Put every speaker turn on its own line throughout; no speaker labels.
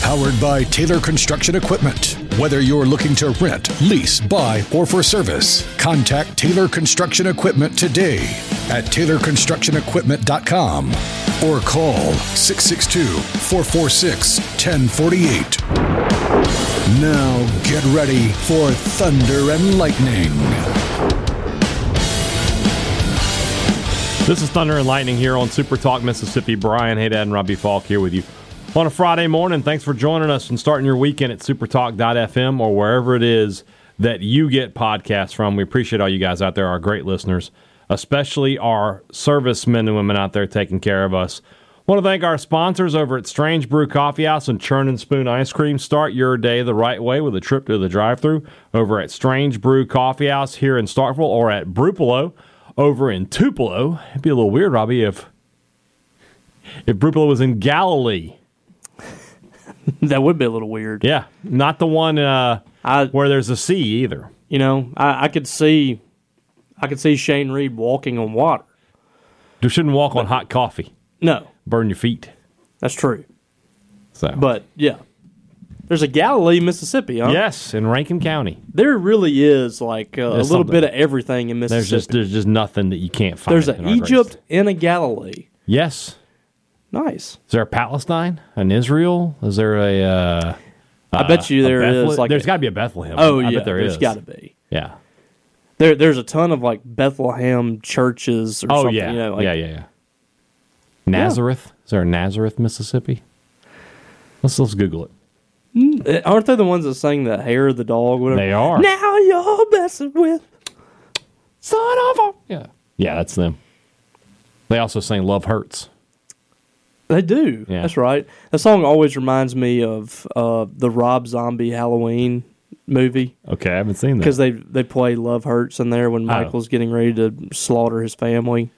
Powered by Taylor Construction Equipment. Whether you're looking to rent, lease, buy, or for service, contact Taylor Construction Equipment today at taylorconstructionequipment.com or call 662 446 1048. Now get ready for Thunder and Lightning.
This is Thunder and Lightning here on Super Talk Mississippi. Brian Haydad and Robbie Falk here with you on a Friday morning. Thanks for joining us and starting your weekend at supertalk.fm or wherever it is that you get podcasts from. We appreciate all you guys out there, our great listeners, especially our servicemen and women out there taking care of us. Want to thank our sponsors over at Strange Brew Coffee House and Churn and Spoon Ice Cream. Start your day the right way with a trip to the drive-through over at Strange Brew Coffee House here in Starkville or at Brupolo over in Tupelo. It'd be a little weird, Robbie, if if Brupolo was in Galilee.
that would be a little weird.
Yeah, not the one uh,
I,
where there's a sea either.
you know, I, I could see, I could see Shane Reed walking on water.
You shouldn't walk on hot coffee.
No,
Burn your feet.
that's true.
So,
But yeah, there's a Galilee, Mississippi. Huh?
yes, in Rankin County,
there really is like uh, a
There's
little
something.
bit of everything in Mississippi.
there's just there's just nothing that you can't find.
There's
in
an
our great
Egypt
state.
and a Galilee.
Yes.
Nice.
Is there a Palestine? An Israel? Is there a? Uh,
I bet you
a
there is
Bethle-
like
there's
a-
got to be a Bethlehem.
Oh
I
yeah,
bet there
has
is.
got to be.
Yeah.
There, there's a ton of like Bethlehem churches or
Oh
something.
yeah.
you know, like,
yeah. Yeah. Yeah. Nazareth. Is there a Nazareth, Mississippi? Let's let's Google it.
Uh, Aren't they the ones that sang the hair of the dog? Whatever.
They are.
Now you're messing with
Son of a. Yeah. Yeah, that's them. They also sing "Love Hurts."
They do.
Yeah.
That's right. That song always reminds me of uh, the Rob Zombie Halloween movie
Okay, I haven't seen that.
because they they play "Love Hurts" in there
Oh.
when Michael's getting ready to slaughter his family.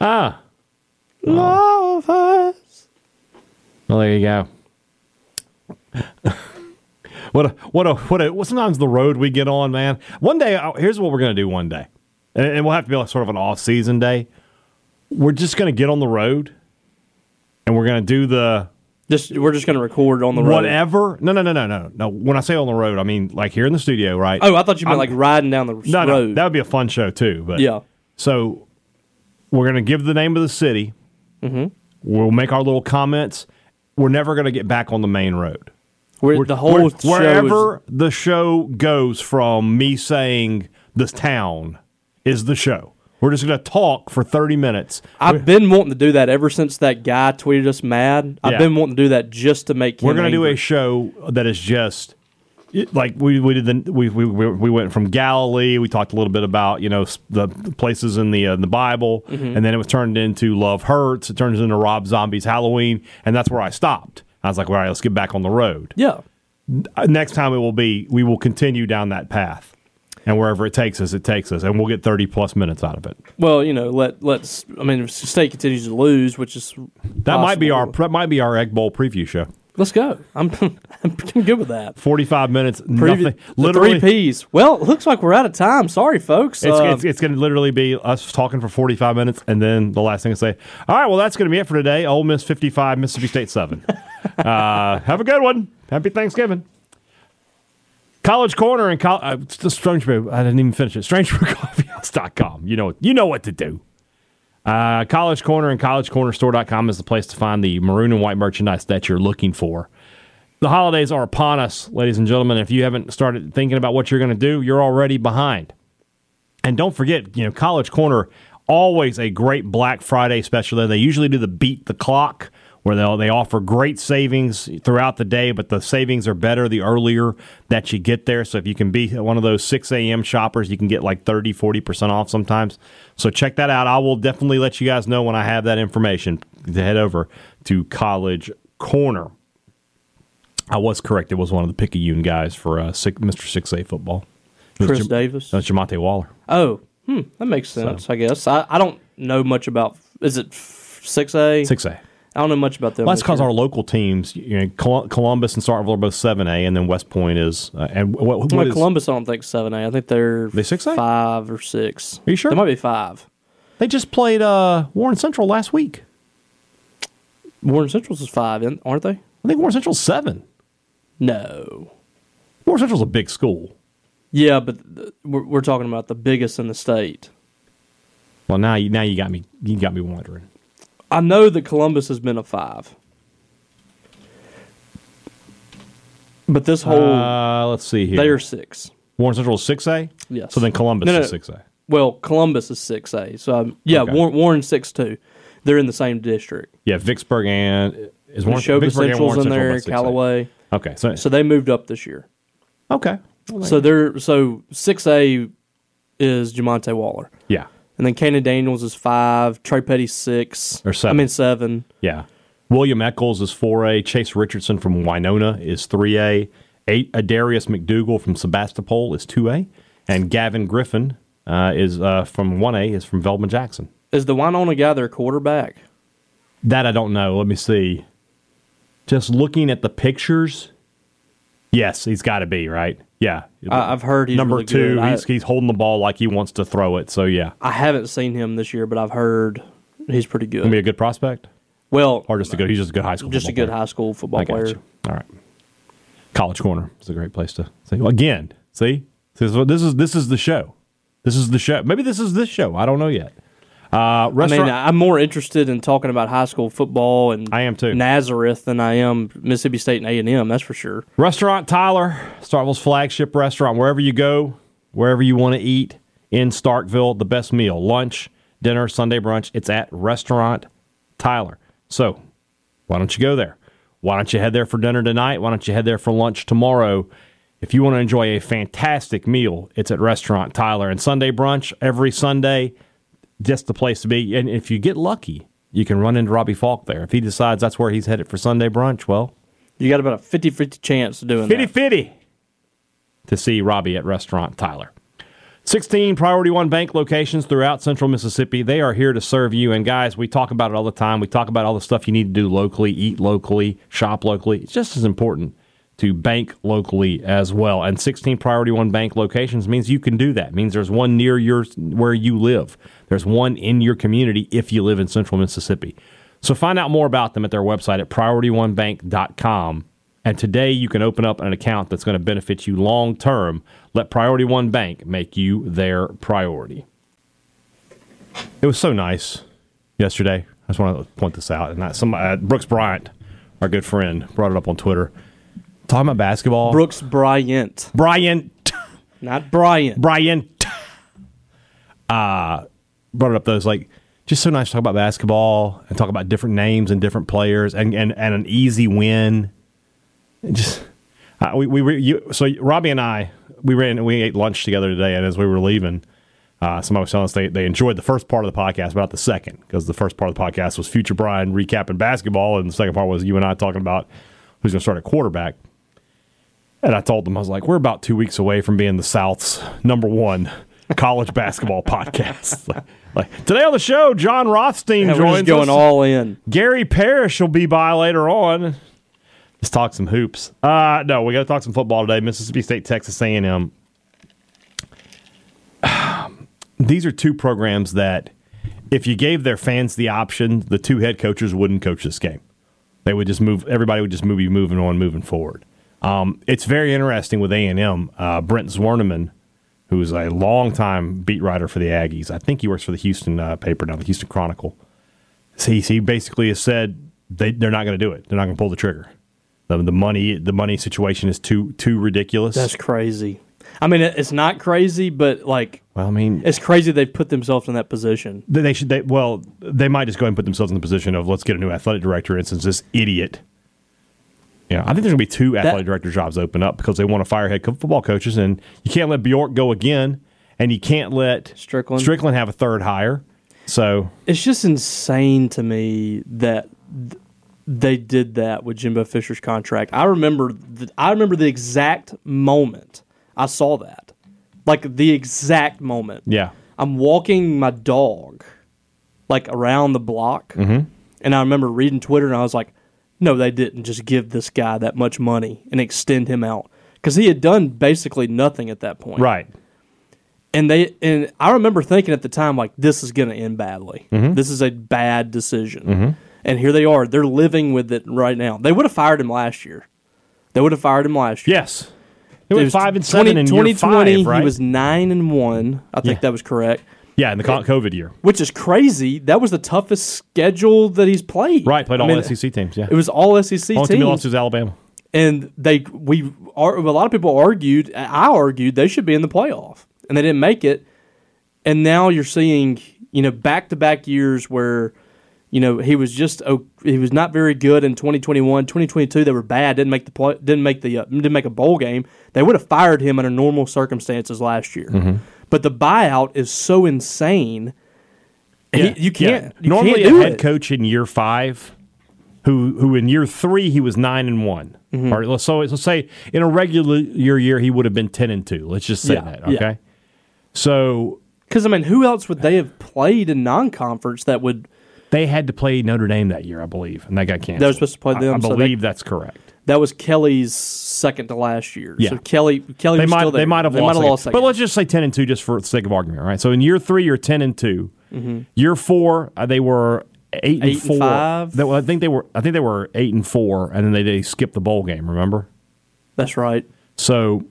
ah,
Love hurts.
well, there you go. what a what a what a. Well, sometimes the road we get on, man. One day, I- here's what we're gonna do. One day, and, and we'll have to be like sort of an off season day. We're just gonna get on the road, and we're gonna do the
Just we're just gonna record on the road.
whatever. No, no, no, no, no, no. When I say on the road, I mean like here in the studio, right?
Oh, I thought you meant like riding down the
no,
road.
no, that would be a fun show too. But
yeah.
So we're going to give the name of the city.
Mm-hmm.
We'll make our little comments. We're never going to get back on the main road.
We're,
We're-
the whole
we're-
show
wherever
is,
the show goes from me saying this town is the show. We're just going to talk for thirty minutes.
I've been wanting to do that ever since that guy tweeted us mad.
Yeah.
I've been wanting to do that just to make. Him
We're going to do
angry.
a show that is just it- like we we did the we we we we went from Galilee. We talked a little bit about you know s- the places in the uh, the Bible,
Mm-hmm.
and then it was turned into Love Hurts. It turns into Rob Zombie's Halloween, and that's where I stopped. I was like, all right, let's get back on the road.
yeah.
Uh, Next time it will be we will continue down that path, and wherever it takes us, it takes us, and we'll get thirty plus minutes out of it.
Well, you know, let let's. I mean, if state continues to lose, which is
That might be our that might be our Egg Bowl preview show.
Let's go. I'm I'm good with that.
Forty five minutes, nothing.
Previ- the
Literally,
three P's. Well, it looks like we're out of time. Sorry, folks.
It's,
Uh,
it's, it's going to literally be us talking for 45 minutes, and then the last thing I say, all right, well, that's going to be it for today. Ole Miss 55, Mississippi State 7. uh, have a good one. Happy Thanksgiving. College Corner and Col- uh, it's the Strange Brew. I didn't even finish it. StrangeBrewCoffeehouse.com. You know, you know what to do. Uh, College Corner and CollegeCornerStore.com is the place to find the maroon and white merchandise that you're looking for. The holidays are upon us, ladies and gentlemen. If you haven't started thinking about what you're going to do, you're already behind. And don't forget, you know, College Corner always a great Black Friday special. There, they usually do the beat the clock, where they they offer great savings throughout the day, but the savings are better the earlier that you get there. So if you can be one of those six a.m. shoppers, you can get like 30 40 percent off sometimes. So check that out. I will definitely let you guys know when I have that information. To head over to College Corner. I was correct. It was one of the Picayune guys for uh, six, Mr. 6A football. It was
Chris
Jam-
Davis.
That's Jamonte Waller.
oh, That makes sense, I guess. I, I don't know much about. Is it six A?
Six A.
I don't know much about them.
Well, that's
this
because
year.
our local teams, you know, Col- Columbus and Starkville are both seven A, and then West Point is. Uh, and what, what
Well,
is-
Columbus, I don't think seven A. I think they're
They 6A?
five or six.
Are you sure?
They might be five.
They just played uh, Warren Central last week.
Warren Central's is five, isn't- aren't they?
I think Warren Central's seven.
No.
Warren Central's a big school.
Yeah, but th- we're, we're talking about the biggest in the state.
Well, now you now you got me you got me wondering.
I know that Columbus has been a five, but this whole
Uh, let's see here.
they are six.
Warren Central is six A.
Yes.
So then Columbus
No, no.
is six A.
Well, Columbus is six A. So um, yeah,
Okay.
Warren, Warren's six two. They're in the same district.
Yeah, Vicksburg and is Warren
Neshoba
Vicksburg and Warren
Central's in
Central
there,
both 6A.
Callaway.
Okay, so,
So they moved up this year.
okay, Well, there
So
you go.
they're so six A is Jamonte Waller,
yeah,
and then Canaan Daniels is five, Trey Petty six,
Or
I
seven.
mean seven.
yeah. William Eccles is four A. Chase Richardson from Winona is three A. Eight Adarius McDougal from Sebastopol is two A, and Gavin Griffin uh, is uh, from one A is from Velma Jackson.
Is the Winona guy their quarterback?
That I don't know. Let me see. Just looking at the pictures, yes, he's got to be right. Yeah,
I, I've heard he's
number
really
two.
good. I-
He's he's holding the ball like he wants to throw it. So yeah,
I haven't seen him this year, but I've heard he's pretty good.
gonna be a good prospect
well,
or just a good. He's just a good high school.
just a
football
good
player.
high school football
I got
player.
you. All right. College Corner is a great place to see. Again, see, this is this is, this is the show. This is the show. Maybe this is this show. I don't know yet. Uh,
I mean,
restaurant.
I'm more interested in talking about high school football and
I am too.
Nazareth than I am Mississippi State and A and M. That's for sure.
Restaurant Tyler, Starkville's flagship restaurant. Wherever you go, wherever you want to eat in Starkville, the best meal, lunch, dinner, Sunday brunch, it's at Restaurant Tyler. So why don't you go there? Why don't you head there for dinner tonight? Why don't you head there for lunch tomorrow? If you want to enjoy a fantastic meal, it's at Restaurant Tyler. And Sunday brunch every Sunday, just the place to be. And if you get lucky, you can run into Robbie Falk there. If he decides that's where he's headed for Sunday brunch, well,
You got about a 50-50 chance of doing
Fitty
that.
fitty to see Robbie at Restaurant Tyler. 16 Priority One Bank locations throughout central Mississippi. They are here to serve you. And guys, we talk about it all the time. We talk about all the stuff you need to do locally, eat locally, shop locally. It's just as important to bank locally as well. And 16 Priority One Bank locations means you can do that. means there's one near your where you live. There's one in your community if you live in central Mississippi. So find out more about them at their website at priorityonebank.com. And today you can open up an account that's going to benefit you long term. Let Priority One Bank make you their priority. It was so nice yesterday. I just want to point this out. And I, some uh, Brooks Bryant, our good friend, brought it up on Twitter. Talking about basketball,
Brooks Bryant,
Bryant
not Bryant.
Brian uh, brought it up those like just so nice to talk about basketball and talk about different names and different players and and, and an easy win. And just uh, we we were- you, so Robbie and I we ran we ate lunch together today and as we were leaving. Uh, somebody was telling us they, they enjoyed the first part of the podcast, but not the second, because the first part of the podcast was Future Brian recapping basketball, and the second part was you and I talking about who's going to start at quarterback. And I told them, I was like, we're about two weeks away from being the South's number one college basketball podcast. Like, like, today on the show, John Rothstein
Yeah, we're
joins
just going
us.
all in.
Gary Parrish will be by later on. Let's talk some hoops. Uh, no, we got to talk some football today. Mississippi State, Texas A&M. These are two programs that, if you gave their fans the option, the two head coaches wouldn't coach this game. They would just move. Everybody would just move, be moving on, moving forward. Um, it's very interesting with A and M. Uh, Brent Zwerneman, who is a longtime beat writer for the Aggies, I think he works for the Houston uh, paper now, the Houston Chronicle. So he, he basically has said they, they're not going to do it. They're not going to pull the trigger. The, the money the money situation is too too ridiculous.
That's crazy. I mean, it- it's not crazy, but like
well, I mean,
it's crazy they've put themselves in that position.
they they should they well they might just go ahead and put themselves in the position of let's get a new athletic director and since this idiot yeah i think there's going to be two athletic director jobs open up because they want to fire head co- football coaches and you can't let bjork go again and you can't let
Strickland.
strickland have a third hire so
It's just insane to me that th- they did that with Jimbo Fisher's contract. I remember, th- I remember the exact moment I saw that, like the exact moment.
yeah
I'm walking my dog, like around the block,
Mm-hmm.
and I remember reading Twitter, and I was like, "No, they didn't just give this guy that much money and extend him out because he had done basically nothing at that point."
Right.
and they and I remember thinking at the time like this is going to end badly.
Mm-hmm.
This is a bad decision. And here they are. They're living with it right now. They would have fired him last year. They would have fired him last year.
Yes. It was, five and
20
seven in year five, right?
He was nine and one. I think
Yeah.
that was correct.
yeah, in the co- COVID year.
Which is crazy. That was the toughest schedule that he's played.
Right, played
I
all E
mean,
SEC teams. Yeah,
It was all SEC
only team
teams
he lost was Alabama.
and they we are a lot of people argued i argued they should be in the playoff and they didn't make it and now you're seeing you know back to back years where you know he was just o- he was not very good in 2021 2022 they were bad didn't make the play didn't make the uh, didn't make a bowl game they would have fired him under normal circumstances last year
Mm-hmm.
but the buyout is so insane He-
Yeah,
you can't
yeah.
you
Normally,
can't do
a head
it.
coach in year five, who who in year three he was nine and one.
Mm-hmm.
Or let's so let's say in a regular year year he would have been ten and two. Let's just say
Yeah,
that.
yeah.
Okay. So
because i mean who else would they have played in non-conference that would
they had to play Notre Dame that year, I believe, and that got canceled.
They were supposed to play
I- I,
them, so they-
believe that's correct.
That was Kelly's second to last year.
Yeah.
So Kelly, Kelly
They
was
might
Oh, still there.
they might have
they
lost,
Might have
again.
lost
but
again.
let's just say ten and two, just for the sake of argument, right? So in year three, you're ten and 2 Year four, uh, they were. Eight,
Mm-hmm. Eight and
and four.
five.
They- well, I think they were. I think they were eight and four, and then they, they skipped the bowl game. Remember?
That's right.
So,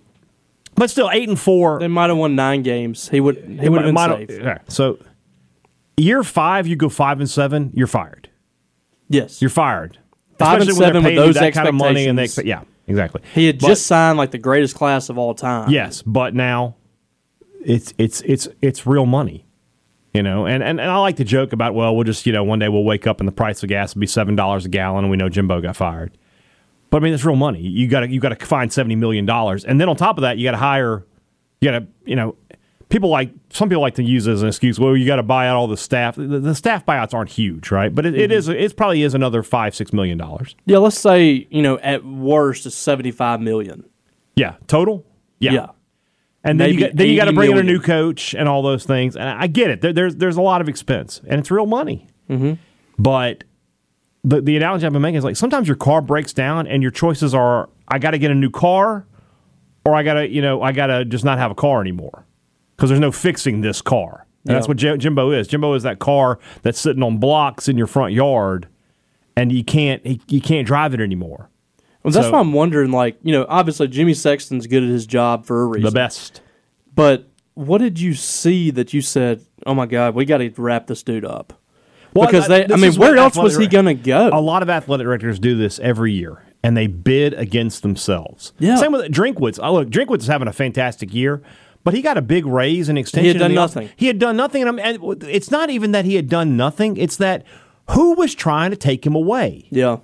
but still, eight and four.
They might have won nine games. He would. He would have
might-
been
might-
safe.
yeah. So, year five, you go five and seven, you're fired.
Yes.
You're fired.
Five and
Especially when they're
seven with
paying you
those
that kind of money, and they
expectations.
expect, yeah, exactly.
he had
But-
just signed like the greatest class of all time.
yes, but now it's it's it's it's real money. You know, and, and, and I like to joke about, well, we'll just, you know, one day we'll wake up and the price of gas will be seven dollars a gallon and we know Jimbo got fired. But I mean it's real money. You gotta you gotta find seventy million dollars. And then on top of that, you gotta hire you gotta you know people like some people like to use it as an excuse, well, you gotta buy out all the staff. The, the staff buyouts aren't huge, right? But it, it is it probably is another five, six million dollars.
Yeah. Let's say you know at worst is seventy five million.
Yeah. Total?
Yeah.
And then you,
Maybe
got, then you got to
80
bring in a new
million.
coach and all those things. And I I get it. There, there's there's a lot of expense, and it's real money.
Mm-hmm.
But the the analogy I've been making is like sometimes your car breaks down, and your choices are I got to get a new car, or I got to you know I got to just not have a car anymore because there's no fixing this car. And that's
Yeah.
what J- Jimbo is. Jimbo is that car that's sitting on blocks in your front yard, and you can't you can't drive it anymore.
Well, that's
So-
why I'm wondering. Like you know, obviously Jimmy Sexton's good at his job for a reason.
The best.
But what did you see that you said? Oh my God, we got to wrap this dude up.
Well,
because
I-
they, I
this
mean,
is what
where else was he
athletic-
going to go?
A lot of athletic directors do this every year, and they bid against themselves.
Yeah.
Same with Drinkwitz. Oh, look, Drinkwitz is having a fantastic year, but he got a big raise and extension. in
done
the off-
nothing.
He had done nothing, and, I'm, and it's not even that he had done nothing. It's that who was trying to take him away?
Yeah.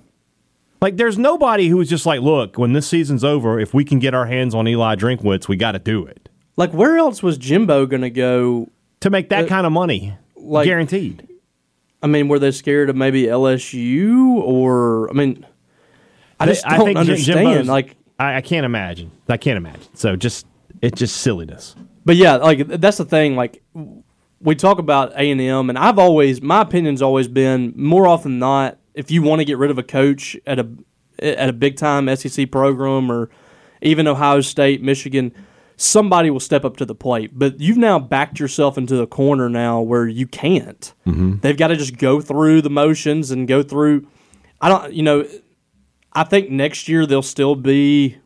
Like, there's nobody who was just like, look, when this season's over, if we can get our hands on Eli Drinkwitz, we got to do it
Like where else was Jimbo going to go
to make that kind of money,
Uh, like-
guaranteed.
I mean, were they scared of maybe LSU or I mean, I
They-
just don't
Jim-
understand.
Jimbo's-
like,
I, I can't imagine. I can't imagine. So just it's just silliness.
but yeah, like that's the thing. Like we talk about A and M, and I've always my opinion's always been more often than not if you want to get rid of a coach at a at a big time SEC program or even Ohio State, Michigan. Somebody will step up to the plate, but you've now backed yourself into a corner now where you can't. They've got to just go through the motions and go through. I don't, you know, I think next year they'll still be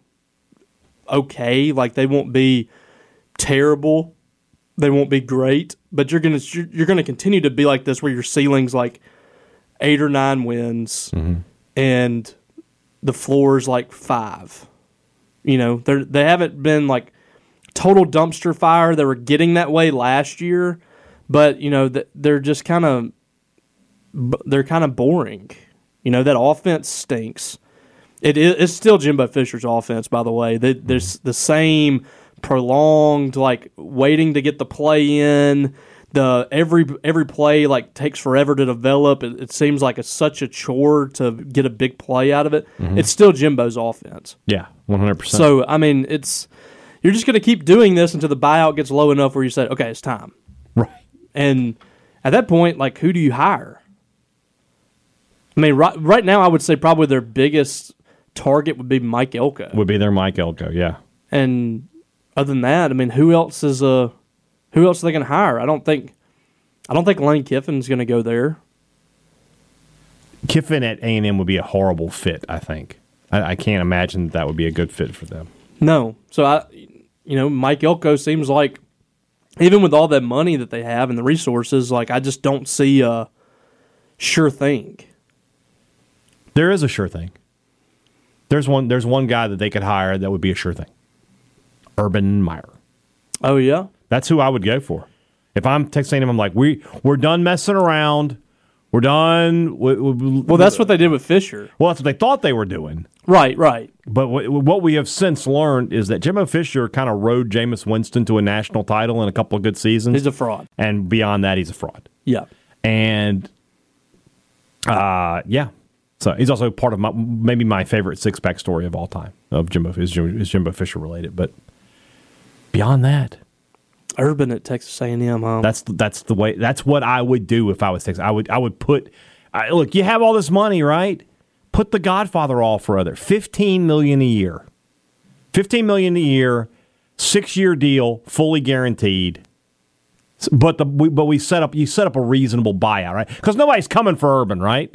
okay. Like they won't be terrible. They won't be great, but you're gonna you're, you're gonna continue to be like this, where your ceiling's like eight or nine wins, and the floor's like five. You know, they they haven't been like total dumpster fire. They were getting that way last year, but you know th- they're just kind of they're kind of boring. You know that offense stinks. It is it's still Jimbo Fisher's offense, by the way. They, there's the same prolonged like waiting to get the play in. The every every play like takes forever to develop. It, it seems like it's such a chore to get a big play out of it. It's still Jimbo's offense.
Yeah, one hundred percent.
So I mean, it's you're just going to keep doing this until the buyout gets low enough where you say, okay, it's time.
Right.
And at that point, like, who do you hire? I mean, right, right now, I would say probably their biggest target would be Mike Elko.
Would be their Mike Elko, yeah.
And other than that, I mean, who else is uh who else are they going to hire? I don't think I don't think Lane Kiffin's going to go there.
Kiffin at A and M would be a horrible fit. I think. I, I can't imagine that, that would be a good fit for them.
No. So I you know, Mike Elko seems like even with all that money that they have and the resources, like I just don't see a sure thing.
There is a sure thing. There's one. There's one guy that they could hire that would be a sure thing. Urban Meyer.
Oh yeah.
That's who I would go for. If I'm texting him, I'm like, we we're done messing around. We're done. We, we-
Well, that's what they did with Fisher.
well, that's what they thought they were doing.
Right, right.
But wh- what we have since learned is that Jimbo Fisher kind of rode Jameis Winston to a national title and a couple of good seasons.
He's a fraud.
and beyond that, he's a fraud.
Yeah.
And uh, yeah, so he's also part of my maybe my favorite six pack story of all time of Jimbo is, Jim- is Jimbo Fisher related. But beyond that,
Urban at Texas A&M, huh?
that's that's the way. That's what I would do if I was Texas. I would I would put. I, look, you have all this money, right? Put the Godfather all for other fifteen million a year, fifteen million a year, six year deal, fully guaranteed. S- But the we, but we set up you set up a reasonable buyout, right? Because nobody's coming for Urban, right?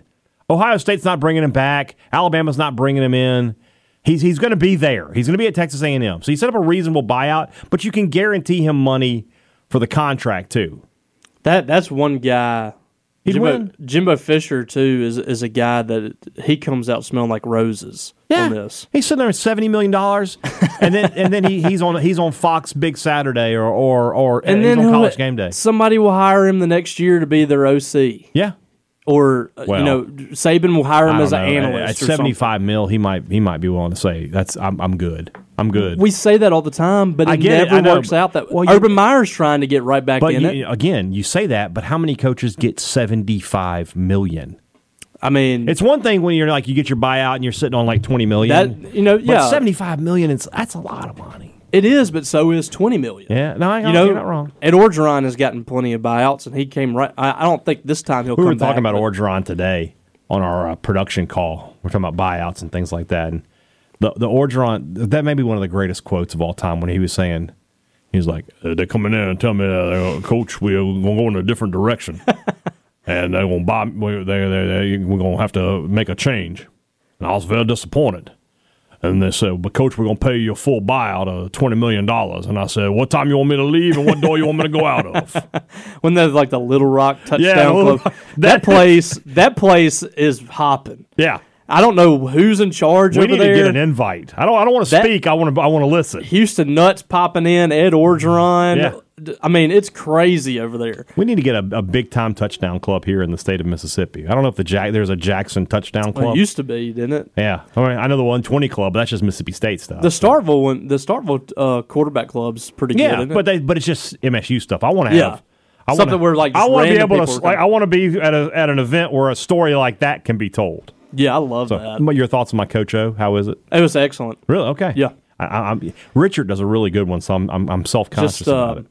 Ohio State's not bringing him back. Alabama's not bringing him in. He's he's going to be there. He's going to be at Texas A and M. So you set up a reasonable buyout, but you can guarantee him money for the contract too.
That that's one guy.
He'd
Jimbo,
win.
Jimbo Fisher too is is a guy that he comes out smelling like roses on this.
he's sitting there at seventy million dollars, and then and then he, he's on he's on Fox Big Saturday or or or
And
he's
then
on
he'll-
College Game Day.
somebody will hire him the next year to be their OC,
Yeah,
or uh,
Well,
you know Saban will hire him
I
as an
don't know.
analyst.
at seventy five mil, he might he might be willing to say that's I'm I'm good. I'm good.
We say that all the time, but it
I get it,
never
I know,
works
but-
out that
well,
well.
you-
Urban Meyer's trying to get right back
but
in
you,
it.
again, you say that, but how many coaches get seventy five million?
I mean,
It's one thing when you're like you get your buyout and you're sitting on like twenty million.
That- you know, yeah.
seventy five million is that's a lot of money.
it is, but so is twenty million.
Yeah, no, I,
You know,
you're not wrong.
Ed Orgeron has gotten plenty of buyouts, and he came right. I, I don't think this time he'll.
We
come
were talking
back,
about
but-
Orgeron today on our uh, production call. We're talking about buyouts and things like that. And the the Orgeron that may be one of the greatest quotes of all time when he was saying he was like,
Uh, they're coming in and telling me, uh, Coach, we're going to go in a different direction. and they're going to buy, we're, they they they we're going to have to make a change. And I was very disappointed. And they said, but Coach, we're going to pay you a full buyout of $20 million. And I said, what time you want me to leave and what door you want me to go out of?
when there's like the Little Rock touchdown
Yeah, Little
club. that, place, that place is hopping.
"Yeah,
I don't know who's in charge
we
over
need
there.
to get an invite. I don't I don't want to
That-
speak. I want to I want to listen.
Houston nuts popping in. Ed Orgeron.
Yeah.
D- I mean, it's crazy over there.
We need to get a, a big time touchdown club here in the state of Mississippi. I don't know if the Jack there's a Jackson touchdown
Well,
club.
it used to be, didn't it?
yeah, I, mean, I know the 120 club. But that's just Mississippi State stuff.
The Starville one, the Starville uh, quarterback club's pretty
Yeah,
good.
but they but it's just MSU stuff. I want to
Yeah.
have I
Something
wanna,
where, like,
I
just
want to be
random
able to
people are
like, I
coming.
want to be at a at an event where a story like that can be told.
yeah, I love that.
What are your thoughts on my coach O? How is it?
It was excellent.
Really? Okay.
Yeah.
I, I, I'm, Richard does a really good one, so I'm I'm, I'm self conscious
Just uh,
about it.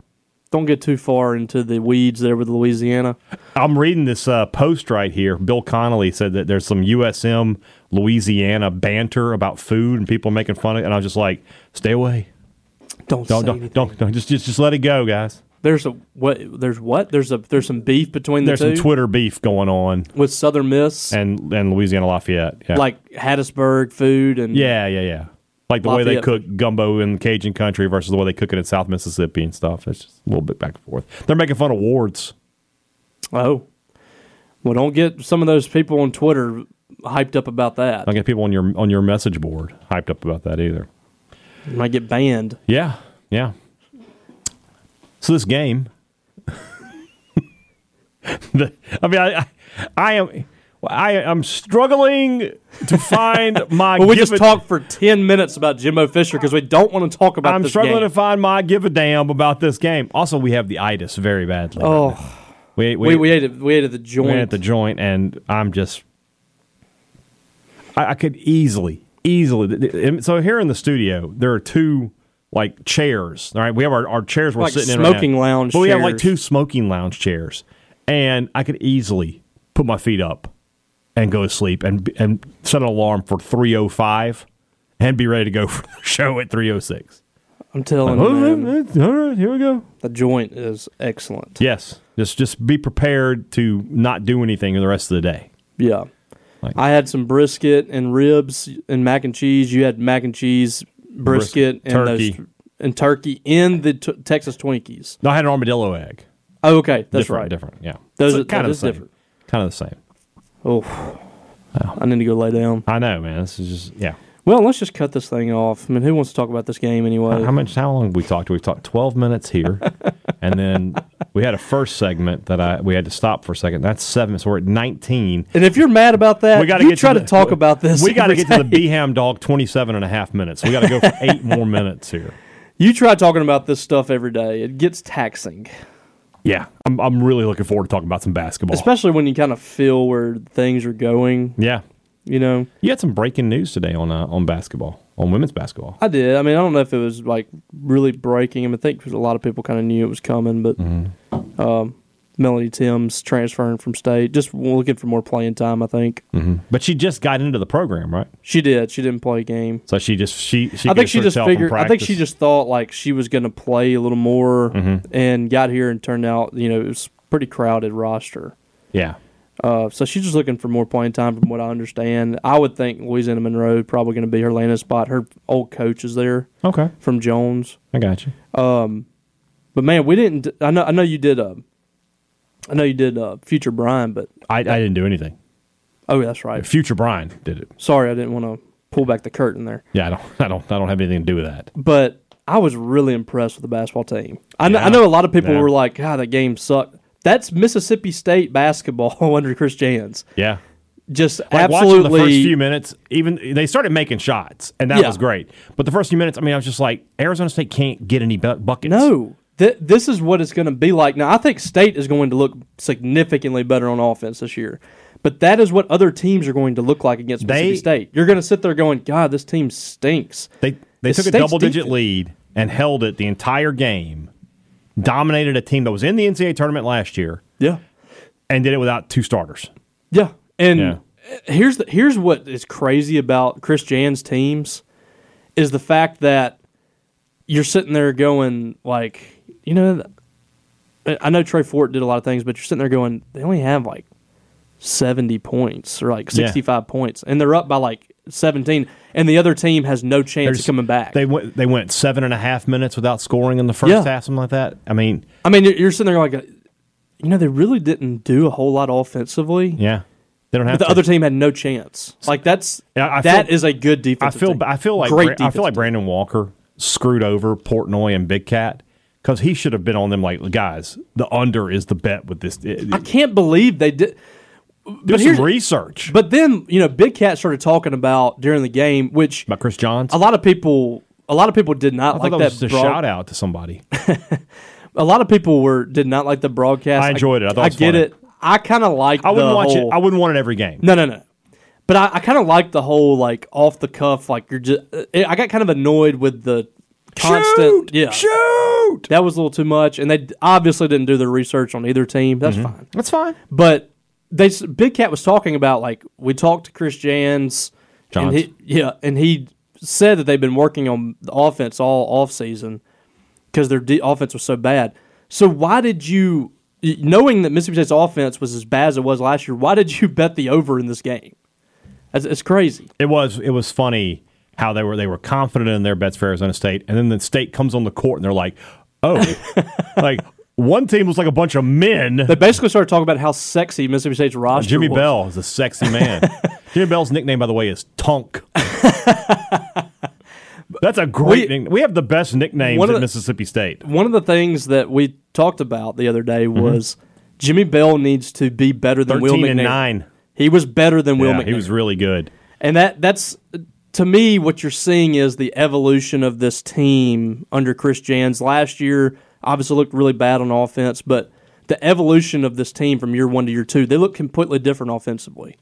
don't get too far into the weeds there with Louisiana.
I'm reading this uh, post right here. Bill Connolly said that there's some USM Louisiana banter about food and people making fun of it, and I was just like, stay away. Don't
Don't say
don't
anything.
don't, don't just, just just let it go, guys.
There's a what? There's what? There's a there's some beef between the
There's
two
some Twitter beef going on,
with Southern Miss.
and and Louisiana Lafayette. Yeah.
like Hattiesburg food and
Yeah, yeah, yeah. Like the way they
Lafayette.
cook gumbo in Cajun country versus the way they cook it in South Mississippi and stuff. It's just a little bit back and forth. They're making fun of wards.
oh, well, don't get some of those people on Twitter hyped up about that.
Don't get people on your on your message board hyped up about that either.
You might get banned.
Yeah, yeah. So this game, the, I mean, I, I, I am. I am struggling to find my.
Well, we
give
just
a-
talked for ten minutes about Jimbo Fisher because we don't want to talk about.
I'm
this
struggling
game.
to find my give a damn about this game. Also, we have the itis very badly.
oh,
we, we,
we, we ate it. We ate at the joint.
went at the joint, and I'm just, I, I could easily, easily. th- th- So here in the studio, there are two like chairs. All right, we have our, our chairs we're
Like
sitting in. right now.
smoking lounge
But we have like
chairs.
two smoking lounge chairs, and I could easily put my feet up and go to sleep and and set an alarm for three o five and be ready to go for the show at three o six.
I'm telling
All
you, man,
right, here we go.
the joint is excellent.
Yes, just just be prepared to not do anything the rest of the day.
Yeah.
Like-
I had some brisket and ribs and mac and cheese. You had mac and cheese, brisket, and
turkey.
Those, and turkey in the t- Texas Twinkies.
No, I had an armadillo egg.
Oh, okay, that's
different,
right.
different. Yeah,
Those
So
are- that
of the
is
same.
different.
Kind of the same.
Oh, I need to go lay down.
I know, man. This is just yeah.
Well, let's just cut this thing off. I mean, who wants to talk about this game anyway?
How much? How long have we talked? We've talked twelve minutes here, and then we had a first segment that I we had to stop for a second. That's seven. So we're at nineteen.
and if you're mad about that,
We got
you
get
try to,
the-
talk about this.
We got to
every
get to the
day.
Beham dog 27 and a half minutes. We got to go for eight more minutes here.
You try talking about this stuff every day. It gets taxing,
Oh. Yeah, I'm I'm really looking forward to talking about some basketball.
especially when you kind of feel where things are going.
yeah,
You know,
you had some breaking news today on uh, on basketball, on women's basketball.
I did. I mean, I don't know if it was like really breaking. I, mean, I think 'cause a lot of people kind of knew it was coming, but um,
Mm-hmm.
Melanie Timms transferring from state, just looking for more playing time. I think
Mm-hmm. But she just got into the program, right?
she did. She didn't play a game.
So she just she she
I think
gives
she just
herself in
figured. I think
practice. Mm-hmm.
she just thought like she was going to play a little more, and got here and turned out. You know, it was pretty crowded roster.
yeah.
Uh, so she's just looking for more playing time, from what I understand. I would think Louisiana Monroe probably going to be her landing spot. Her old coach is there
Okay,
from Jones,
I got you.
but man, we didn't. I know. I know you did. Uh, I know you did uh, future Brian, but
I I didn't do anything.
oh, that's right.
Future Brian did it.
Sorry, I didn't want to pull back the curtain there.
Yeah, I don't, I don't, I don't have anything to do with that.
but I was really impressed with the basketball team. I, know,
Yeah.
I know a lot of people
Yeah.
were like, God, that game sucked. That's Mississippi State basketball under Chris Jans.
Yeah,
Just
like watching the
absolutely.
first few minutes, even they started making shots, and that
Yeah.
was great. But the first few minutes, I mean, I was just like, Arizona State can't get any bu- buckets.
no, th- this is what it's going to be like. Now, I think State is going to look significantly better on offense this year, but that is what other teams are going to look like against
They-
Mississippi State. You're going to sit there going, God, this team stinks.
they they
The
took a
state's
double digit
defense-
lead and held it the entire game. Dominated a team that was in the NCAA tournament last year
Yeah.
and did it without two starters.
Yeah, and
Yeah.
here's the, here's what is crazy about Chris Jan's teams is the fact that you're sitting there going like, you know, th- I know Trey Fort did a lot of things, but you're sitting there going, they only have like seventy points or like
Yeah.
sixty five points, and they're up by like seventeen, and the other team has no chance
There's-
of coming back.
They went they went seven and a half minutes without scoring in the first
Yeah.
half, something like that. I mean,
I mean, you're you're sitting there like, you know, they really didn't do a whole lot offensively.
yeah, they don't have
But the
to.
other team had no chance. Like that's
Yeah, I
that
feel-
is a good
I
defense.
feel I feel like
great.
Bra- I feel like
defensive
Brandon Walker screwed over Portnoy and Big Cat because he should have been on them like guys. The under is the bet with this.
team. I can't believe they did.
do
here's-
some research.
But then you know, Big Cat started talking about during the game, which
about Chris Johns.
a lot of people, a lot of people did not
I
like
thought that
that.
was just a
broad-
shout out to somebody.
A lot of people were did not like the broadcast.
I enjoyed it. I thought it was
get
funny.
it. I kind of like.
I wouldn't
the
watch
whole,
it. I wouldn't want it every game.
No, no, no. But I, I kind of like the whole like off the cuff. Like you're just. I got kind of annoyed with the
shoot,
constant. yeah.
shoot.
That was a little too much, and they d- obviously didn't do the research on either team. That's fine.
That's fine.
But they s- Big Cat was talking about like we talked to Chris Jans,
Johns.
and he, yeah, and he said that they've been working on the offense all off season because their de- offense was so bad. So why did you, y- knowing that Mississippi State's offense was as bad as it was last year, why did you bet the over in this game? That's, it's crazy.
It was it was funny how they were they were confident in their bets for Arizona State, and then the state comes on the court and they're like, oh, like one team was like a bunch of men.
They basically started talking about how sexy Mississippi State's roster.
Jimmy
was.
Bell is a sexy man. Jimmy Bell's nickname, by the way, is Tonk. That's a great
We-
nickname. We have the best nicknames
One
at
of the-
Mississippi State.
one of the things that we talked about the other day was Jimmy Bell needs to be better than Will
13
McNair.
Mm-hmm. and 9.
He was better than Will
Yeah,
McNair.
he was really good.
and that that's to me what you're seeing is the evolution of this team under Chris Jans. Last year obviously looked really bad on offense, but the evolution of this team from year one to year two, they look completely different offensively.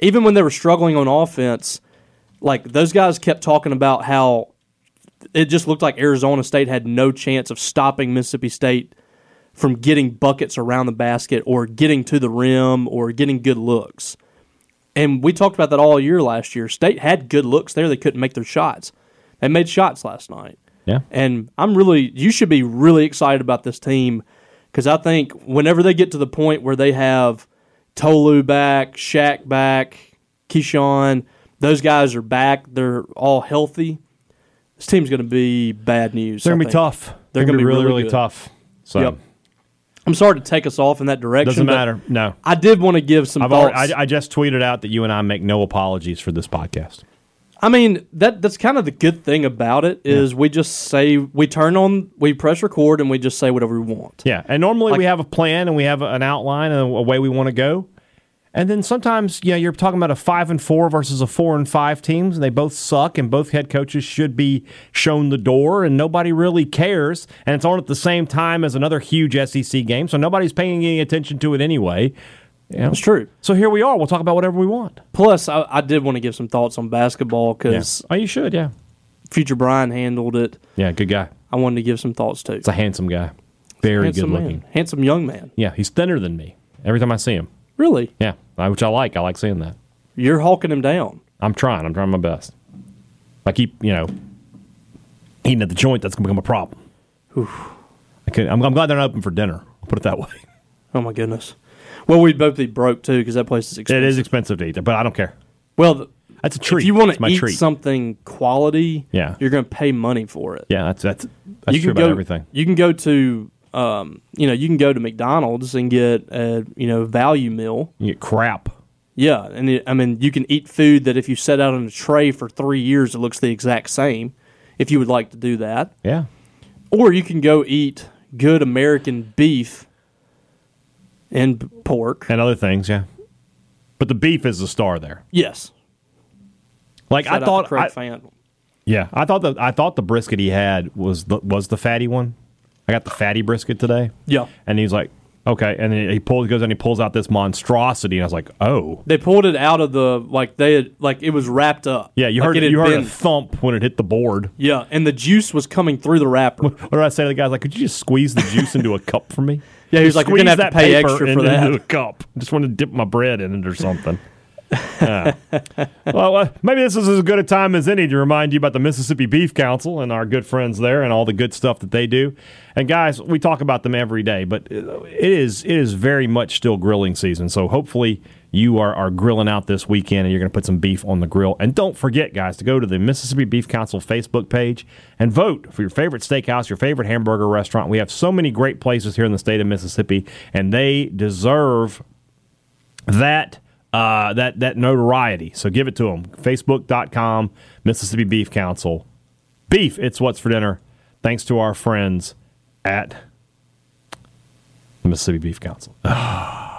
Even when they were struggling on offense, like those guys kept talking about how it just looked like Arizona State had no chance of stopping Mississippi State from getting buckets around the basket or getting to the rim or getting good looks. And we talked about that all year last year. State had good looks there. They couldn't make their shots. They made shots last night.
Yeah.
And I'm really, you should be really excited about this team because I think whenever they get to the point where they have Tolu back, Shaq back, Keyshawn, those guys are back. They're all healthy. This team's going to be bad news.
They're
I
gonna be
think.
tough.
They're
gonna
gonna be
really,
really
really
good.
tough. So
Yep. I'm sorry to take us off in that direction.
doesn't
but
matter. No,
I did want to give some
I've
thoughts.
already, I, I just tweeted out that you and I make no apologies for this podcast.
I mean that that's kind of the good thing about it is we just say we turn on we press record and we just say whatever we want.
Yeah, and normally
Like-
we have a plan and we have an outline and a way we want to go. And then sometimes, you know, you're talking about a five and four versus a four and five teams, and they both suck, and both head coaches should be shown the door, and nobody really cares. And it's on at the same time as another huge SEC game, so nobody's paying any attention to it anyway. You know?
It's true.
So here we are. We'll talk about whatever we want.
Plus, I, I did want to give some thoughts on basketball
Yeah.
because
Oh, you should, yeah.
future Brian handled it.
Yeah, good guy.
I wanted to give some thoughts too.
It's a handsome guy. Very
handsome
good
man.
looking.
handsome young man.
Yeah, he's thinner than me every time I see him.
Really,
Yeah, I- which I like. I like seeing that.
you're hawking him down.
I'm trying. I'm trying my best. I keep, you know, eating at the joint. That's gonna become a problem. I could, I'm, I'm glad they're not open for dinner. I'll put it that way.
Oh my goodness. Well, we'd both be broke too because that place is
It
expensive.
is expensive to eat, but I don't care.
Well, th-
That's a treat.
if you want
It's
to
my
eat
treat.
something quality,
Yeah.
you're going to pay money for it.
yeah, that's that's that's
you
true
can
about
go,
everything.
You can go to, um, you know, you can go to McDonald's and get a you know value meal.
You get crap.
Yeah, and it, I mean you can eat food that if you set out on a tray for three years, it looks the exact same. If you would like to do that,
Yeah,
or you can go eat good American beef and p- pork.
and other things. Yeah, but the beef is the star there.
Yes,
Like
Shout out
I
to
thought.
Craig
I-
Fan.
yeah, I thought the I thought the brisket he had was the was the fatty one. I got the fatty brisket today.
Yeah.
and he's like, okay, and then he pulls goes and he pulls out this monstrosity, and I was like, oh.
They pulled it out of the like they had like it was wrapped up.
Yeah, you
Like,
heard
it
it
had
you heard
been-
a thump when it hit the board.
Yeah, and the juice was coming through the wrapper.
What did I say to the guys? Like, could you just squeeze the juice into a cup for me?
Yeah, he was
Just
like, "We're gonna
squeeze
have to
that
pay
paper
extra for
into
that."
a cup. Just want to dip my bread in it or something. Yeah. well, uh, maybe this is as good a time as any to remind you about the Mississippi Beef Council and our good friends there and all the good stuff that they do. And guys, we talk about them every day, but uh, it is it is very much still grilling season. So hopefully you are, are grilling out this weekend and you're going to put some beef on the grill. And don't forget, guys, to go to the Mississippi Beef Council Facebook page and vote for your favorite steakhouse, your favorite hamburger restaurant. We have so many great places here in the state of Mississippi, and they deserve that uh, that that notoriety. So give it to them. Facebook.com, Mississippi Beef Council. Beef, it's what's for dinner. Thanks to our friends at the Mississippi Beef Council.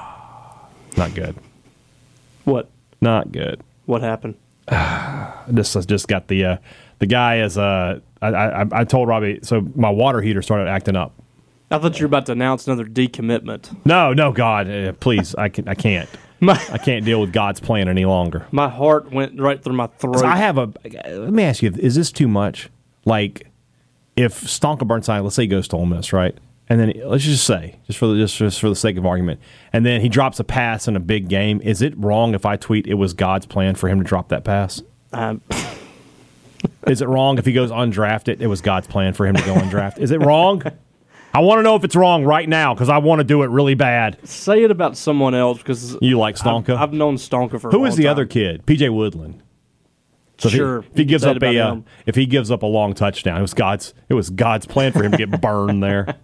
Not good.
What?
Not good.
What happened?
This has just got the uh, the guy is. Uh, I, I I told Robbie. So my water heater started acting up.
I thought you were about to announce another decommitment.
No, no, God, uh, please, I can I can't.
My
I can't deal with God's plan any longer.
my heart went right through my throat.
So I have a. Let me ask you: Is this too much? Like, if Stonka Burnside, let's say, he goes to Ole Miss, right? And then let's just say, just for the just, just for the sake of argument, and then he drops a pass in a big game. Is it wrong if I tweet it was God's plan for him to drop that pass?
Um,
Is it wrong if he goes undrafted? It was God's plan for him to go undrafted. Is it wrong? I want to know if it's wrong right now because I want to do it really bad.
say it about someone else because
You like Stonka?
I've known Stonka for. a
Who
long
is the
time.
other kid? PJ Woodland. So if he-
Sure,
if he,
you can
gives
say it
up a
about
uh,
him.
if he gives up a long touchdown, it was God's it was God's plan for him to get burned there.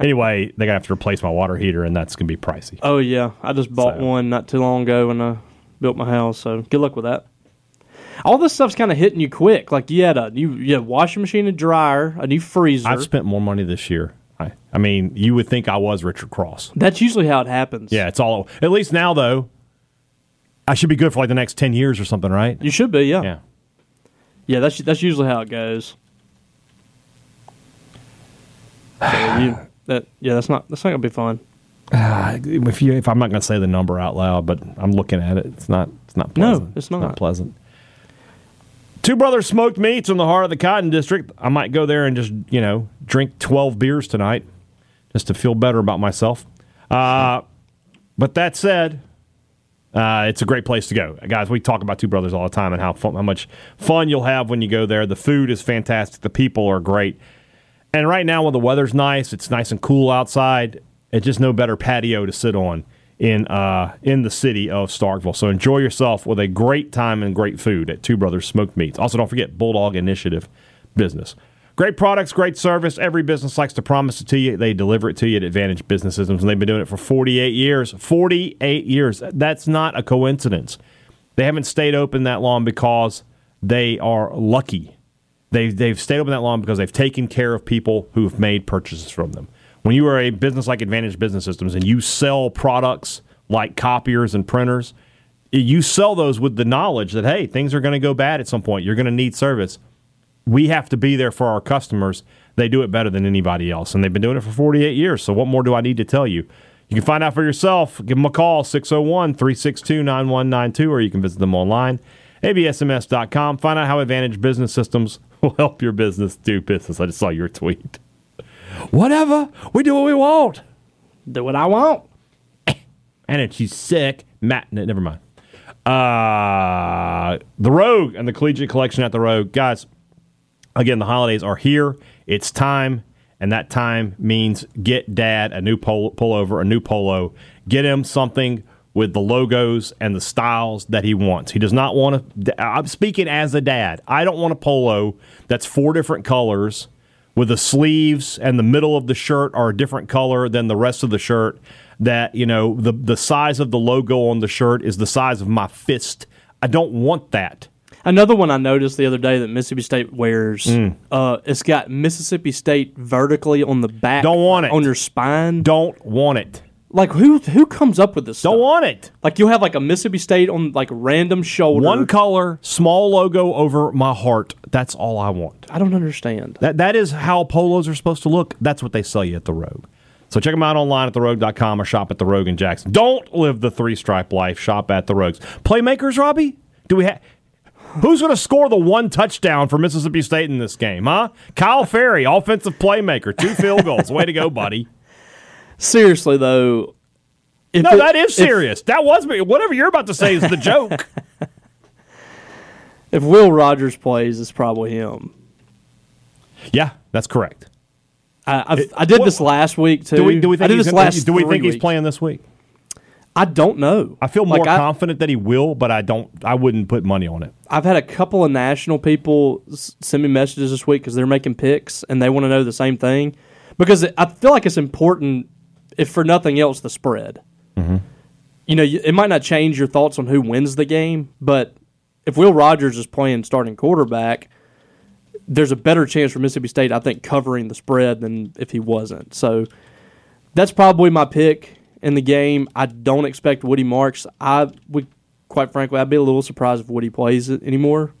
Anyway, they're gonna have to replace my water heater, and that's gonna be pricey.
Oh yeah, I just bought
So-
one not too long ago when I built my house. So good luck with that. All this stuff's kind of hitting you quick. Like you had a new you had a washing machine, a dryer, a new freezer.
I've spent more money this year. I, I mean, you would think I was Richard Cross.
That's usually how it happens.
Yeah, it's all. At least now though, I should be good for like the next ten years or something, right?
you should be. Yeah, yeah.
Yeah.
that's that's usually how it goes. So you, that yeah, that's not that's not gonna be fun.
Uh, if you if I'm not gonna say the number out loud, but I'm looking at it, it's not it's not
No,
pleasant.
it's not.
pleasant. Two Brothers Smoked Meats in the heart of the Cotton District. I might go there and just, you know, drink 12 beers tonight just to feel better about myself. Uh, but that said, uh, it's a great place to go. Guys, we talk about Two Brothers all the time and how, fun, how much fun you'll have when you go there. The food is fantastic, the people are great. And right now, when the weather's nice, it's nice and cool outside. It's just no better patio to sit on in uh, in the city of Starkville. So enjoy yourself with a great time and great food at Two Brothers Smoked Meats. Also, don't forget Bulldog Initiative Business. Great products, great service. Every business likes to promise it to you. They deliver it to you at Advantage Business Systems, and they've been doing it for 48 years. 48 years. That's not a coincidence. They haven't stayed open that long because they are lucky They've, they've stayed open that long because they've taken care of people who've made purchases from them. When you are a business like Advantage Business Systems and you sell products like copiers and printers, you sell those with the knowledge that, hey, things are going to go bad at some point. You're going to need service. We have to be there for our customers. They do it better than anybody else, and they've been doing it for 48 years. So, what more do I need to tell you? You can find out for yourself. Give them a call, 601 362 9192, or you can visit them online, absms.com. Find out how Advantage Business Systems will help your business do business. I just saw your tweet. Whatever. We do what we want.
Do what I want.
And if she's sick, Matt, n- never mind. Uh, the Rogue and the Collegiate Collection at the Rogue. Guys, again, the holidays are here. It's time. And that time means get dad a new pol- pullover, a new polo. Get him something with the logos and the styles that he wants. He does not want to. I'm speaking as a dad. I don't want a polo that's four different colors with the sleeves and the middle of the shirt are a different color than the rest of the shirt that you know the the size of the logo on the shirt is the size of my fist i don't want that
Another one I noticed the other day that Mississippi State wears,
Mm.
uh, it's got Mississippi State vertically on the back.
Don't want it.
on your spine.
don't want it
Like who who comes up with this?
don't
stuff?
want it
Like you'll have like a Mississippi State on like random shoulder.
one color small logo over my heart that's all i want
I don't understand.
That that is how polos are supposed to look. That's what they sell you at the Rogue. So check them out online at therogue.com or shop at the Rogue in Jackson. Don't live the three stripe life. Shop at the Rogues. Playmakers, Robbie? Do we have Who's going to score the one touchdown for Mississippi State in this game, huh? Kyle Ferry, offensive playmaker, two field goals. Way to go, buddy.
Seriously though, if
No,
it-
that is
if-
serious. that was me. Whatever you're about to say is the joke.
If, Will Rogers plays, it's probably him.
yeah, that's correct.
I I've, I did
what-
this last week too.
Do we, do we think,
I did
he's,
this
gonna-
last
do we
three
think he's
weeks.
playing this week?
I don't know.
I feel more
Like, I-
confident that he will, but I don't. I wouldn't put money on it.
I've had a couple of national people s- send me messages this week because they're making picks and they want to know the same thing because I feel like it's important, if for nothing else, the spread.
Mm-hmm.
You know, you- it might not change your thoughts on who wins the game, but if Will Rogers is playing starting quarterback, there's a better chance for Mississippi State, I think, covering the spread than if he wasn't. So that's probably my pick in the game. I don't expect Woody Marks. I would, quite frankly, I'd be a little surprised if Woody plays it anymore.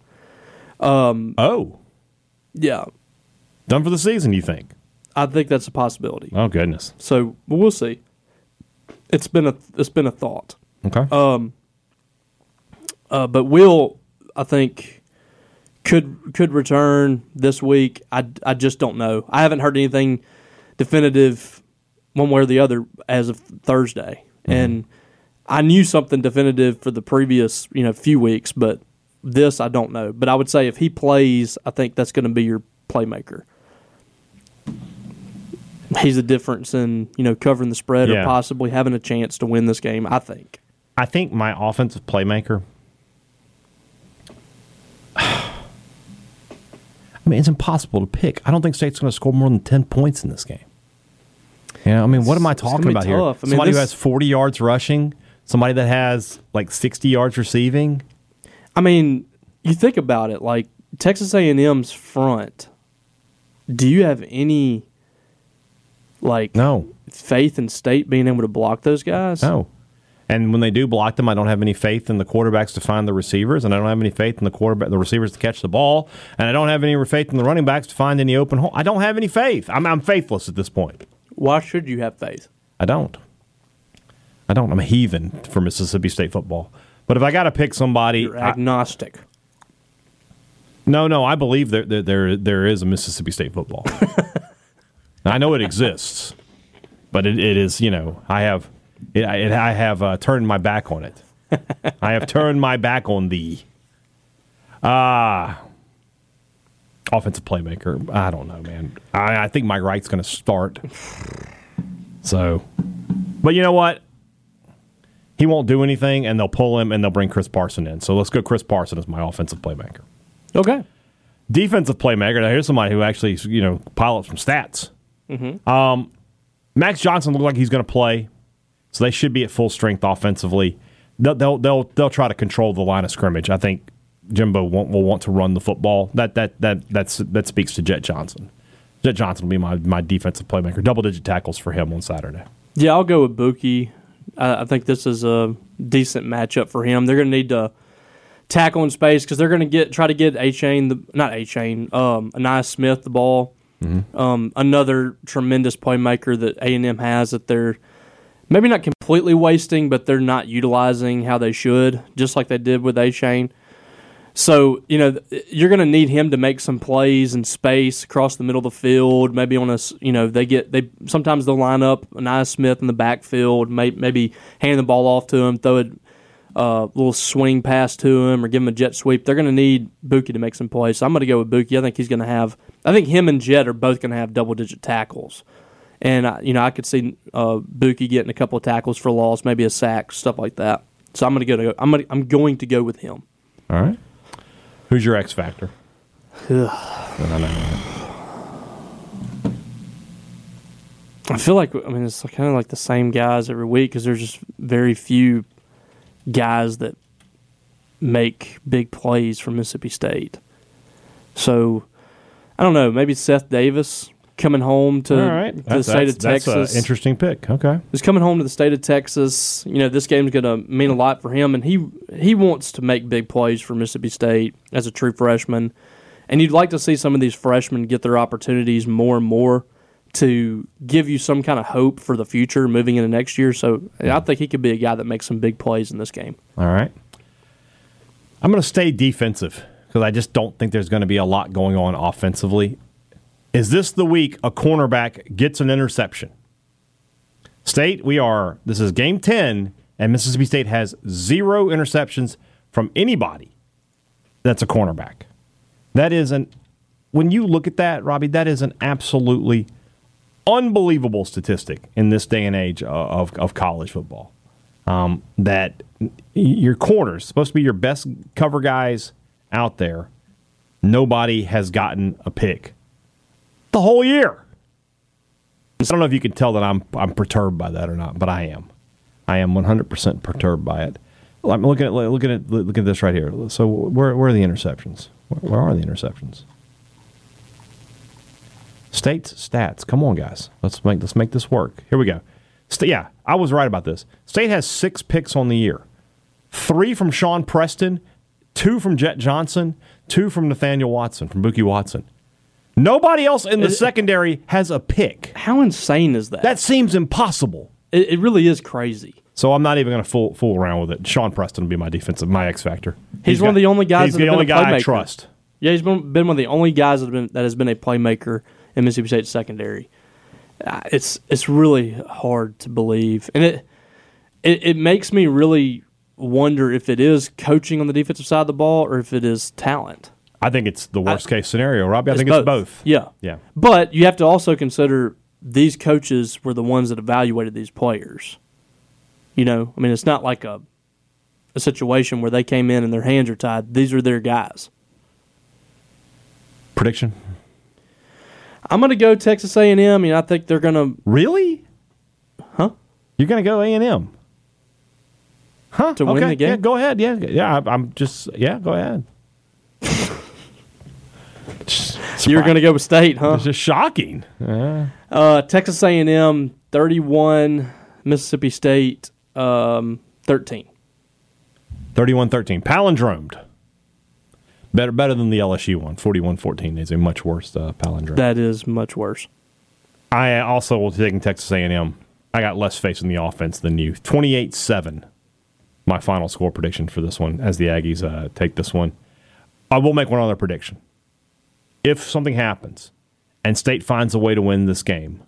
Oh,
Yeah,
Done for the season, you think?
I think that's a possibility.
Oh goodness.
So we'll see. It's been a it's been a thought,
Okay.
uh, but Will, I think, could could return this week. I I just don't know. I haven't heard anything definitive, one way or the other, as of Thursday, and I knew something definitive for the previous you know few weeks, but this I don't know. But I would say if he plays, I think that's going to be your playmaker. He's the difference in you know covering the spread
Yeah.
or possibly having a chance to win this game. I think.
I think my offensive playmaker. I mean, it's impossible to pick. I don't think State's going to score more than ten points in this game. Yeah, I mean, what am I
It's gonna
talking
be
about here?
tough. I mean,
somebody who has
this-
forty yards rushing, somebody that has like sixty yards receiving.
I mean, you think about it, like Texas A&M's front. Do you have any like
No,
faith in state being able to block those guys?
no. Oh. And when they do block them, I don't have any faith in the quarterbacks to find the receivers, and I don't have any faith in the quarterback, the receivers to catch the ball, and I don't have any faith in the running backs to find any open hole. I don't have any faith. I'm, I'm faithless at this point.
Why should you have faith?
I don't. I don't. I'm a heathen for Mississippi State football. But if I got to pick somebody,
You're
I-
agnostic.
No, no, I believe there there there, there is a Mississippi State football. I know it exists, but it, it is you know I have it, I- it, I have uh, turned my back on it. I have turned my back on the ah offensive playmaker. I don't know, man. I, I think Mike Wright's going to start. So, but you know what? He won't do anything, and they'll pull him, and they'll bring Chris Parson in. So let's go, Chris Parson as my offensive playmaker
Okay.
defensive playmaker. Now here's somebody who actually you know pile up some stats.
Mm-hmm.
Um, Max Johnson looked like he's going to play, so they should be at full strength offensively. They'll they'll they'll, they'll try to control the line of scrimmage. I think Jimbo won't, will want to run the football. That that that that's that speaks to Jet Johnson. Jet Johnson will be my, my defensive playmaker. Double digit tackles for him on Saturday.
Yeah, I'll go with Buki. I, I think this is a decent matchup for him. They're going to need to tackle in space because they're going to get try to get A Chain the not A Chain um Anaya Smith the ball. Um, another tremendous playmaker that A and M has that they're maybe not completely wasting, but they're not utilizing how they should, just like they did with A Chain. So you know th- you're going to need him to make some plays in space across the middle of the field. Maybe on a s- you know they get they sometimes they'll line up Anaya Smith in the backfield, may, maybe hand the ball off to him, throw a uh, little swing pass to him, or give him a jet sweep. They're going to need Buki to make some plays. So I'm going to go with Buki. I think he's going to have. I think him and Jet are both going to have double digit tackles, and I, you know I could see uh, Buki getting a couple of tackles for loss, maybe a sack, stuff like that. So I'm going to go. I'm gonna, I'm going to go with him.
All right. Who's your X factor?
I feel like I mean it's kind of like the same guys every week because there's just very few guys that make big plays for Mississippi State. So I don't know. Maybe Seth Davis coming home to
All right.
to the
That's,
state
that's,
of
that's
Texas.
an interesting pick. Okay.
He's coming home to the state of Texas. You know this game's going to mean a lot for him, and he he wants to make big plays for Mississippi State as a true freshman. And you'd like to see some of these freshmen get their opportunities more and more to give you some kind of hope for the future moving into next year. So I think he could be a guy that makes some big plays in this game.
All right. I'm going to stay defensive because I just don't think there's going to be a lot going on offensively. Is this the week a cornerback gets an interception? State, we are, this is game 10, and Mississippi State has zero interceptions from anybody that's a cornerback. That is an, when you look at that, Robbie, that is an absolutely unbelievable statistic in this day and age uh, of, of college football um, that your corners supposed to be your best cover guys out there. Nobody has gotten a pick the whole year. I don't know if you can tell that I'm I'm perturbed by that or not, but I am. I am 100% perturbed by it. Well, I'm looking at looking at looking at this right here. So where where are the interceptions? Where, where are the interceptions? State's stats. Come on, guys. Let's make let's make this work. Here we go. St- yeah, I was right about this. State has six picks on the year. Three from Sean Preston, two from Jet Johnson, two from Nathaniel Watson, from Buki Watson. Nobody else in the secondary has a pick.
How insane is that?
That seems impossible.
it, it really is crazy.
So I'm not even going to fool, fool around with it. Sean Preston will be my defensive, my X factor.
He's one of the only guys
He's
that
the
have
only
been a
guy I
playmaker.
trust.
Yeah, he's been, been one of the only guys that, have been, that has been a playmaker in Mississippi State's secondary. Uh, It's it's really hard to believe, and it, it it makes me really wonder if it is coaching on the defensive side of the ball or if it is talent.
I think it's the worst case scenario, Robbie. I think it's both.
Yeah,
Yeah.
But you have to also consider these coaches were the ones that evaluated these players. You know, I mean, it's not like a a situation where they came in and their hands are tied. These are their guys.
Prediction?
I'm going to go Texas A&M. I mean, I think they're going to
Really?
Huh?
You're going to go A and M? Huh?
To win
okay.
the game?
Yeah, go ahead. Yeah, yeah. I, I'm just. Yeah, go ahead.
You're going to go with state, huh?
It's just shocking.
Uh, Texas A&M 31, Mississippi State um, 13.
31-13. Palindromed. Better, better than the LSU one. 41-14 is a much worse uh, palindrome.
That is much worse.
I also will take Texas A&M. I got less faith in the offense than you. 28-7, my final score prediction for this one as the Aggies uh, take this one. I will make one other prediction. If something happens and State finds a way to win this game,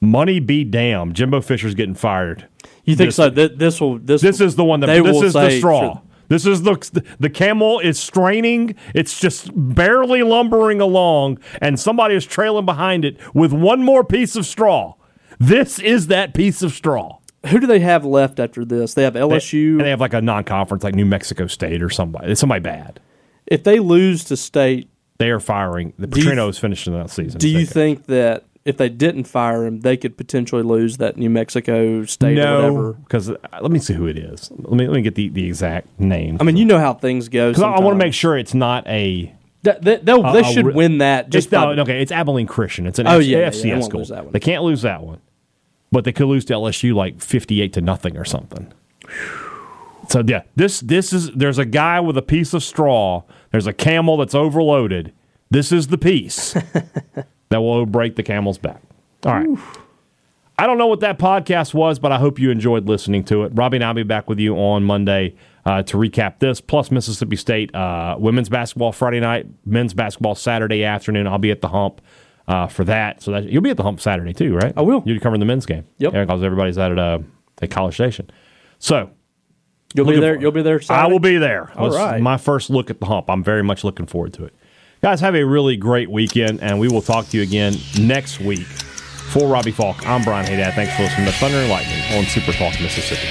money be damned, Jimbo Fisher's getting fired.
You think
This-
so? Th- this will this
This is the one that
they
this
will
is the
say,
straw.
"Sure."
This is the the camel is straining. It's just barely lumbering along, and somebody is trailing behind it with one more piece of straw. This is that piece of straw.
Who do they have left after this? They have LSU.
and they have like a non-conference, like New Mexico State or somebody. It's somebody bad.
if they lose to State,
They are firing. The
you-
Petrino is finishing that season.
do
I
you think that if they didn't fire him, they could potentially lose that New Mexico State or
No,
whatever?
because let me see who it is. Let me let me get the, the exact name.
I mean, you know how things go.
because I, want to make sure it's not a.
that, that- they'll-
a-
they
a
should
re-
win that. Just
it's not-
by-
okay, it's Abilene Christian. It's an
Oh,
F-
yeah, yeah, yeah,
FCS
they won't
school.
lose that one.
They can't lose that one, but they could lose to LSU like fifty-eight to nothing or something. So yeah, this this is there's a guy with a piece of straw. There's a camel that's overloaded. This is the piece that will break the camel's back. All right. I don't know what that podcast was, but I hope you enjoyed listening to it. Robbie and I'll be back with you on Monday uh, to recap this, plus Mississippi State uh, women's basketball Friday night, men's basketball Saturday afternoon. I'll be at the hump uh, for that. So that you'll be at the hump Saturday too, right? I
will.
You're covering the men's game.
Yep.
Yeah, because everybody's out at uh, at College Station. So
you'll be
looking
there.
for-
You'll be there.
I
Saturday?
will be there.
All
This is
right.
My first look at the hump. I'm very much looking forward to it. Guys, have a really great weekend, and we will talk to you again next week. For Robbie Falk, I'm Brian Haydad. Thanks for listening to Thunder and Lightning on Super Talk Mississippi.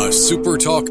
A SuperTalk